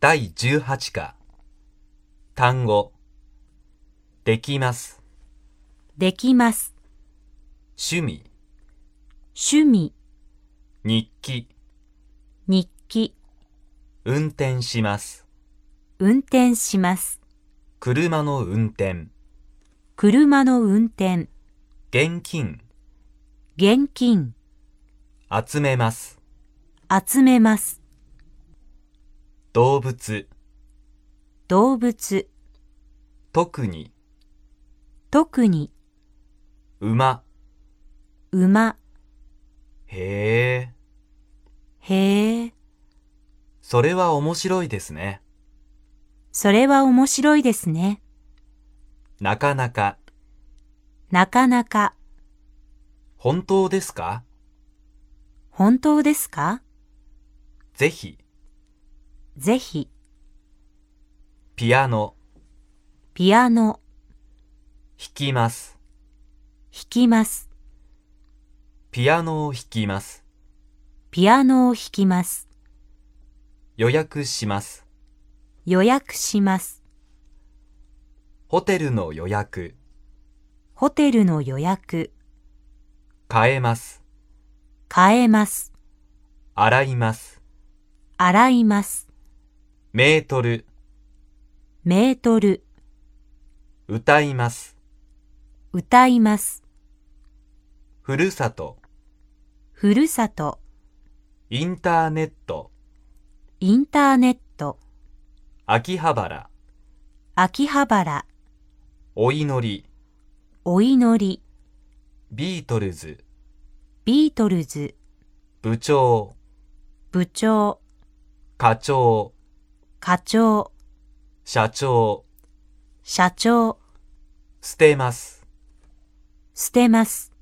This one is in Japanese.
第18課。単語。できます。できます。趣味。趣味、日記。日記、運転します。運転します。車の運転。車の運転、現金。現金、集めます。集めます。動物。動物、特に。特に、馬。馬、へえ。へえ、それは面白いですね。それは面白いですね。なかなか。なかなか、本当ですか本当ですかぜひ。ぜひ、ピアノ。ピアノ、弾きます。弾きます。ピアノを弾きます。ピアノを弾きます。予約します。予約します。ホテルの予約。ホテルの予約、変えます。変えます。洗います。洗います。メートル、メートル、歌います。歌います。ふるさと、ふるさと、インターネット、インターネット、秋葉原、秋葉原、お祈り、お祈り、ビートルズ、ビートルズ、部長、部長、課長、課長、社長、社長、捨てます。捨てます。